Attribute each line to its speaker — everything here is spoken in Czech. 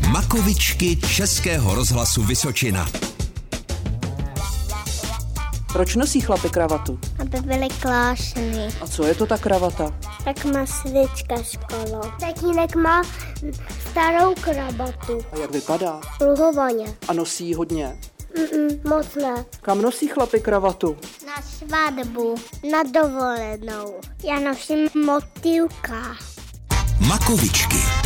Speaker 1: Vlakovičky Českého rozhlasu Vysočina.
Speaker 2: Proč nosí chlapy kravatu?
Speaker 3: aby byly klášny.
Speaker 2: A co je to ta kravata?
Speaker 3: Tak má slička z kolo. Tatínek má starou krabatu.
Speaker 2: A jak vypadá?
Speaker 3: Kruhovaně.
Speaker 2: A nosí ji hodně.
Speaker 3: Mm-mm, moc ne.
Speaker 2: Kam nosí chlapy kravatu?
Speaker 3: Na svatbu. Na dovolenou. Já nosím motýlka.
Speaker 1: Makovičky.